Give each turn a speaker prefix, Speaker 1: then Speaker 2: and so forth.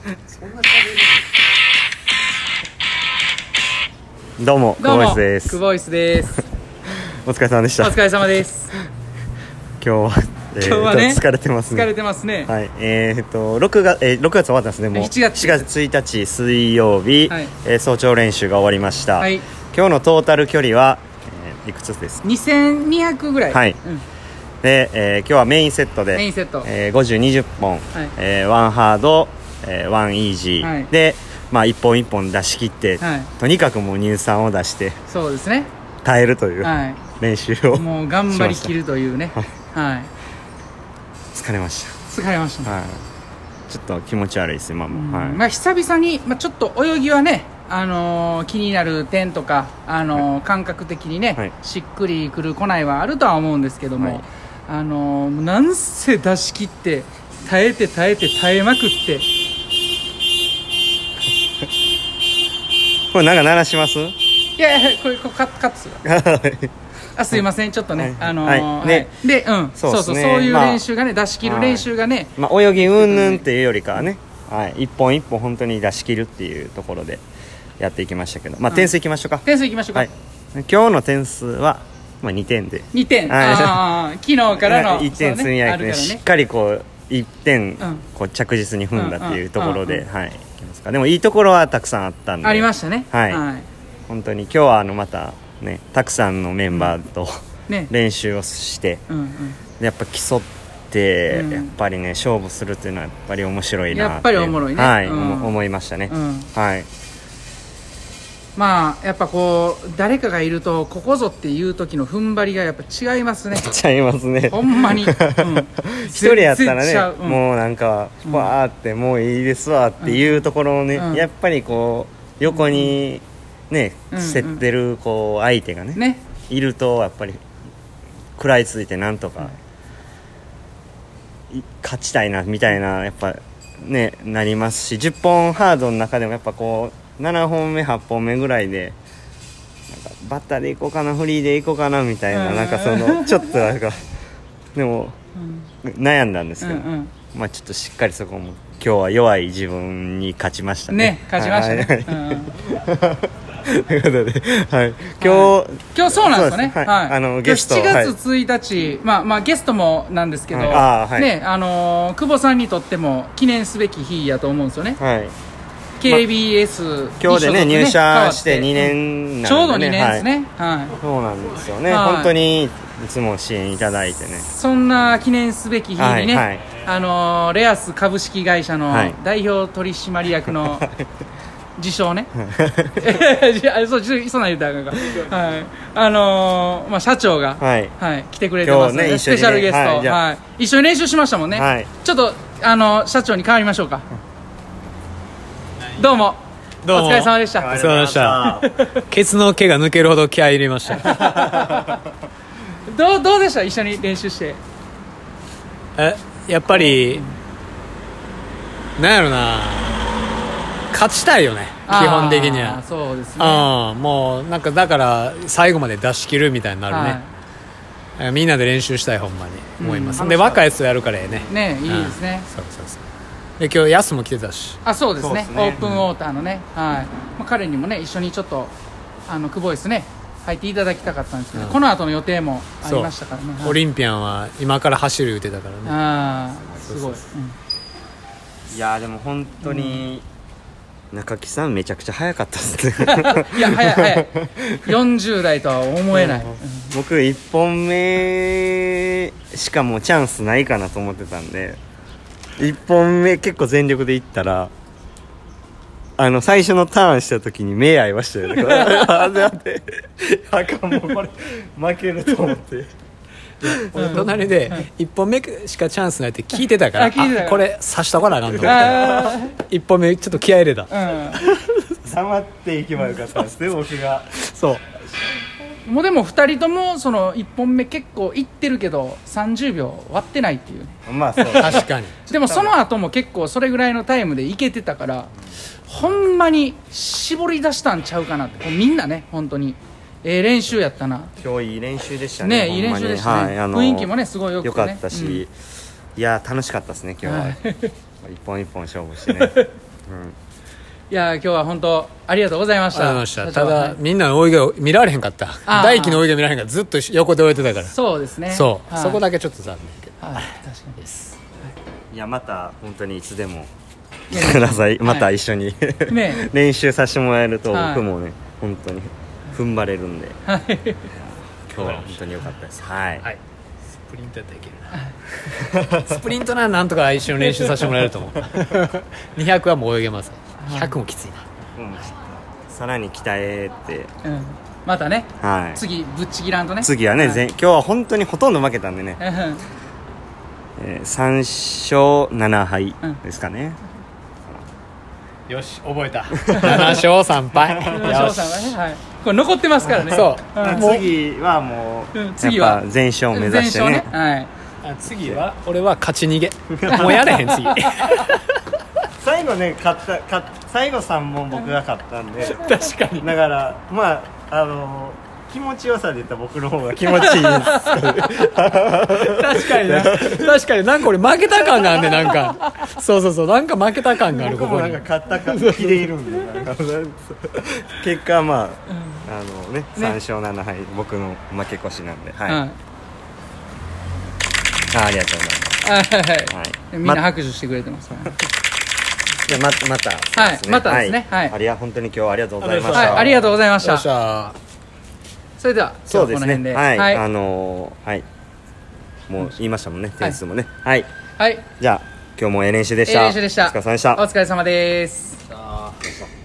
Speaker 1: そんな喋る
Speaker 2: どうも、
Speaker 3: どう
Speaker 2: 久保井
Speaker 3: も
Speaker 2: です
Speaker 3: ク。ボイ スです
Speaker 2: お疲れ様でし
Speaker 3: お
Speaker 2: た。今
Speaker 3: 疲れ様です
Speaker 2: 日は、えー
Speaker 3: 今日はね
Speaker 2: ちょっと疲れてますね。
Speaker 3: 疲れてますね、
Speaker 2: はい、えーっと、6月、えー、6月終わったんですね、もう。
Speaker 3: 7月
Speaker 2: 7月1日水曜日、
Speaker 3: はい
Speaker 2: えー早朝練習が終わりました。
Speaker 3: はい
Speaker 2: 今日のトータル距離は、えーいくつですか
Speaker 3: 2200ぐらい、
Speaker 2: はい
Speaker 3: うん
Speaker 2: で、えー今日はメインセットで、
Speaker 3: メインセット
Speaker 2: えー50、20本、
Speaker 3: はい
Speaker 2: えーワンハード、えーワンイージー、
Speaker 3: はい
Speaker 2: で、まあ、一本一本出し切って、
Speaker 3: はい
Speaker 2: とにかくもう乳酸を出して、
Speaker 3: そうですね
Speaker 2: 耐えるという
Speaker 3: は
Speaker 2: 練習を、
Speaker 3: いもう頑張りきるとい うね
Speaker 2: まし
Speaker 3: はい
Speaker 2: 疲れまし
Speaker 3: 疲れましたね、
Speaker 2: た。はい。ちょっと気持ち悪いです、今も。はい。
Speaker 3: まあ、久々に、まあ、ちょっと泳ぎはね、あのー気になる点とか、あのー感覚的にね、
Speaker 2: はい
Speaker 3: しっくりくる、こないはあるとは思うんですけど
Speaker 2: は
Speaker 3: も、
Speaker 2: い
Speaker 3: あのーなんせ出し切って、耐えて耐えて耐えまくって、
Speaker 2: これなんか鳴らしますはい
Speaker 3: やいや、これ、これカットカットするわ
Speaker 2: い
Speaker 3: あすいません、ちょっとね、
Speaker 2: はい
Speaker 3: あのー
Speaker 2: はい
Speaker 3: はい
Speaker 2: ね
Speaker 3: で、うん、
Speaker 2: そ
Speaker 3: そうう
Speaker 2: っ
Speaker 3: そ
Speaker 2: す
Speaker 3: う
Speaker 2: ね
Speaker 3: そういう
Speaker 2: まあ
Speaker 3: 練習がね、出し切る練習がね、
Speaker 2: まあ、泳ぎうんぬんっていうよりかはね、はい、一本一本本当に出し切るっていうところでやっていきましたけど、まあ、点数いきましょうか、
Speaker 3: 点数いきましょうか、
Speaker 2: はい、今日の点数は、まあ、2点で
Speaker 3: 2点、
Speaker 2: はい
Speaker 3: あー昨日から の、
Speaker 2: 1点
Speaker 3: そう
Speaker 2: 積み上
Speaker 3: あ
Speaker 2: げて、
Speaker 3: る
Speaker 2: ね
Speaker 3: から
Speaker 2: し
Speaker 3: ね
Speaker 2: っかりこう1点
Speaker 3: うん
Speaker 2: こう着実に踏んだっていうところで、
Speaker 3: うんうん
Speaker 2: はいいきますかでもいいところはたくさんあったんで
Speaker 3: ありましたね、
Speaker 2: はい本当に今日はあのまたねたくさんのメンバーと、
Speaker 3: ね、
Speaker 2: 練習をして
Speaker 3: うんうん。
Speaker 2: やっぱ競って、
Speaker 3: うん
Speaker 2: やっぱりね勝負するっていうのはやっぱり面白いなて
Speaker 3: やっぱりおもろいね
Speaker 2: はい、
Speaker 3: うん
Speaker 2: 思思いましたね、
Speaker 3: うん
Speaker 2: はい
Speaker 3: まあやっぱこう誰かがいるとここぞっていう時の踏ん張りがやっぱ違 いますね
Speaker 2: ちゃいますね
Speaker 3: ほんまに、うん、
Speaker 2: 一人やったら
Speaker 3: 全然
Speaker 2: ね
Speaker 3: ちゃう、うん
Speaker 2: もうなんかわーってもういいですわっていうところをね、
Speaker 3: うん
Speaker 2: やっぱりこう横にね、
Speaker 3: うんうん
Speaker 2: 競ってるこう相手がね
Speaker 3: ね
Speaker 2: いるとやっぱり食らいついてなんとか、い勝ちたいなみたいなやっぱねなりますし10本ハードの中でもやっぱこう7本目8本目ぐらいでなんかバッターでいこうかなフリーでいこうかなみたいな、
Speaker 3: うん
Speaker 2: なんかそのちょっとなんかでも
Speaker 3: うん
Speaker 2: 悩んだんです
Speaker 3: う
Speaker 2: けど、
Speaker 3: ん
Speaker 2: まあちょっとしっかりそこも今日は弱い自分に勝ちました
Speaker 3: うん
Speaker 2: ね
Speaker 3: ね勝ちましたね、
Speaker 2: はいはい
Speaker 3: うん
Speaker 2: という ことで、はい、今日、
Speaker 3: 今日そうなんです
Speaker 2: そう
Speaker 3: よね
Speaker 2: ですは
Speaker 3: はいい、
Speaker 2: あのゲスト
Speaker 3: 今日7月1日、まあまあゲストもなんですけど、
Speaker 2: はいあーはい
Speaker 3: ねあのー久保さんにとっても記念すべき日やと思うんですよね
Speaker 2: はい、
Speaker 3: KBS
Speaker 2: 今日でね
Speaker 3: に
Speaker 2: 入
Speaker 3: 所属
Speaker 2: 社して
Speaker 3: 変わ
Speaker 2: 2
Speaker 3: って
Speaker 2: 年
Speaker 3: うん
Speaker 2: な
Speaker 3: ちょうんど2
Speaker 2: で、
Speaker 3: 年ですね、はい
Speaker 2: はい、そうなんですよね、
Speaker 3: はい
Speaker 2: 本当にいつも支援いただいてね
Speaker 3: そんな記念すべき日にね、
Speaker 2: はいはい
Speaker 3: あのーレアス株式会社の
Speaker 2: はい
Speaker 3: 代表取締役 の自称ね、いやそう自称そんなん言うたらあかんか、はい、あのーまあ社長が、
Speaker 2: はい
Speaker 3: はい、来てくれてますの
Speaker 2: 今
Speaker 3: で、
Speaker 2: 日ね一
Speaker 3: ス
Speaker 2: 緒にね
Speaker 3: ペシャルゲスト、
Speaker 2: はい
Speaker 3: はい
Speaker 2: じゃあ
Speaker 3: 一緒に練習しましたもんね、
Speaker 2: はい
Speaker 3: ちょっとあの社長に変わりましょうか、どうも
Speaker 4: どうも
Speaker 3: お疲れ様でした
Speaker 4: お疲れ様でしたケツの毛が抜けるほど気合い入れ ました
Speaker 3: どうどうでした一緒に練習して
Speaker 4: えやっぱりなんやろな勝ちたいよね基本的に
Speaker 3: あー
Speaker 4: は
Speaker 3: そうですね
Speaker 4: うんもうなんかだから最後まで出し切るみたいになるね、えみんなで練習したいほんまに思います、
Speaker 3: うん
Speaker 4: で若いやつとやるからええね
Speaker 3: はい、ねいいですね、
Speaker 4: うんそうそうそうで今日ヤスも来てたし
Speaker 3: あそうですね
Speaker 2: そうですね
Speaker 3: オープンウォーターのね、はいまあ、彼にもね一緒にちょっとあの久保井ですね入っていただきたかったんですけど、
Speaker 4: うん
Speaker 3: この後の予定もありましたからね、はい
Speaker 4: オリンピアンは今から走る言うてたからね
Speaker 3: ああすごい、
Speaker 2: いやーでも本当に、中木さんめちゃくちゃ早かったですね
Speaker 3: うんいや早い早い40代とは思えない、
Speaker 2: 僕1本目しかもうチャンスないかなと思ってたんで1本目結構全力でいったらあの最初のターンした時に目合いましたよねあ待ってあかんもうこれ負けると思って
Speaker 4: 俺隣で1本目しかチャンスないって聞いてたか
Speaker 3: あ
Speaker 4: ら
Speaker 3: 聞いてたから
Speaker 4: あこれ刺したからあかんと思って
Speaker 3: あ
Speaker 4: 一本目ちょっと気合い入れた
Speaker 3: あ
Speaker 2: 黙っていけばよかったんですね僕が
Speaker 4: そ
Speaker 3: う
Speaker 4: う
Speaker 3: んもうでも2人ともその1本目結構いってるけど30秒割ってないっていうね
Speaker 2: まあそう
Speaker 4: 確かに
Speaker 3: でもその後も結構それぐらいのタイムでいけてたからほんまに絞り出したんちゃうかなってこうみんなね本当にええ練習やったな
Speaker 2: 今日いい練習でしたね
Speaker 3: ね
Speaker 2: ほ
Speaker 3: いい
Speaker 2: んま
Speaker 3: 練
Speaker 2: に
Speaker 3: 習でしたね、
Speaker 2: はいあの
Speaker 3: 雰囲気もねすごいよくて、ね、
Speaker 2: 良かったし、いやー楽しかったですね今日は、
Speaker 3: はい
Speaker 2: 一本一本勝負してね
Speaker 3: いや今日は本当ありがとうございまし
Speaker 4: あ
Speaker 3: た
Speaker 4: りました
Speaker 3: 社長
Speaker 4: た
Speaker 3: は
Speaker 4: だ
Speaker 3: い
Speaker 4: みんなの泳ぎを見られへんかった
Speaker 3: あー
Speaker 4: 大輝の泳ぎを見られへんかったずっと横で泳いでたから
Speaker 3: そうですね
Speaker 4: そうそこ
Speaker 3: だ
Speaker 4: だけちょっと残念けど
Speaker 3: はい確かにです
Speaker 2: いやまた本当にいつでも
Speaker 3: いや
Speaker 2: 来てください
Speaker 3: い
Speaker 2: また一緒に
Speaker 3: ね
Speaker 2: 練習させてもらえると
Speaker 3: はい
Speaker 2: 僕もね本当に踏ん張れるんで
Speaker 3: はい
Speaker 2: 今日は本当に良かったですはい
Speaker 4: はいスプリントやったらいけるなスプリントならなんとか一緒に練習させてもらえると思う 200はもう泳げます100もきついな
Speaker 2: うんさらに鍛えて
Speaker 3: うんまたね
Speaker 2: はい
Speaker 3: 次ぶっちぎらんとね
Speaker 2: 次はね全今日は本当にほとんど負けたんでね
Speaker 3: うん
Speaker 2: えー3勝7敗ですかね
Speaker 4: よし覚えた7勝3敗
Speaker 3: 翔さんはねはいこれ残ってますからね
Speaker 4: そう
Speaker 3: うん
Speaker 2: 次はもう
Speaker 3: うん次は
Speaker 2: やっぱ全勝を目指して
Speaker 3: 全
Speaker 2: ね
Speaker 3: 勝はい
Speaker 4: あ次は俺は勝ち逃げもうやれへん 次
Speaker 2: 最後ね勝った勝っ最後3問僕が勝ったんで
Speaker 4: 確かに
Speaker 2: だからまああの気持ちよさで言ったら僕の方が気持ちいいです
Speaker 4: 確かにな確かになんか俺負けた感があんねんなんかそうそうそうなんか負けた感がある
Speaker 2: 僕
Speaker 4: ここ
Speaker 2: もな
Speaker 4: に
Speaker 2: んか勝ったか気でいるんでなんか結果はまあ、あのね3勝7敗僕の負け越しなんではい、
Speaker 3: うん
Speaker 2: あありがとうござい
Speaker 3: はいはい
Speaker 2: ます、はい、
Speaker 3: みんな拍手してくれてますから
Speaker 2: じゃあままた、
Speaker 3: はい
Speaker 2: そうですね
Speaker 3: またですねはい
Speaker 2: ありが本当に今日はありがとうございました、
Speaker 3: はいありがとうございまし
Speaker 4: よ
Speaker 3: た
Speaker 4: っしゃ
Speaker 3: それでは今日
Speaker 2: そ
Speaker 3: は
Speaker 2: う
Speaker 3: こ
Speaker 2: で
Speaker 3: の
Speaker 2: す
Speaker 3: 辺
Speaker 2: ね
Speaker 3: で
Speaker 2: はい、
Speaker 3: はい
Speaker 2: あのーはいもう言いましたもんね点数もねはい、
Speaker 3: はい
Speaker 2: じゃあ今日もええ練習でした
Speaker 3: ええ練習でした
Speaker 2: お疲れ様でした
Speaker 4: uh,
Speaker 3: お疲れ様です
Speaker 4: ー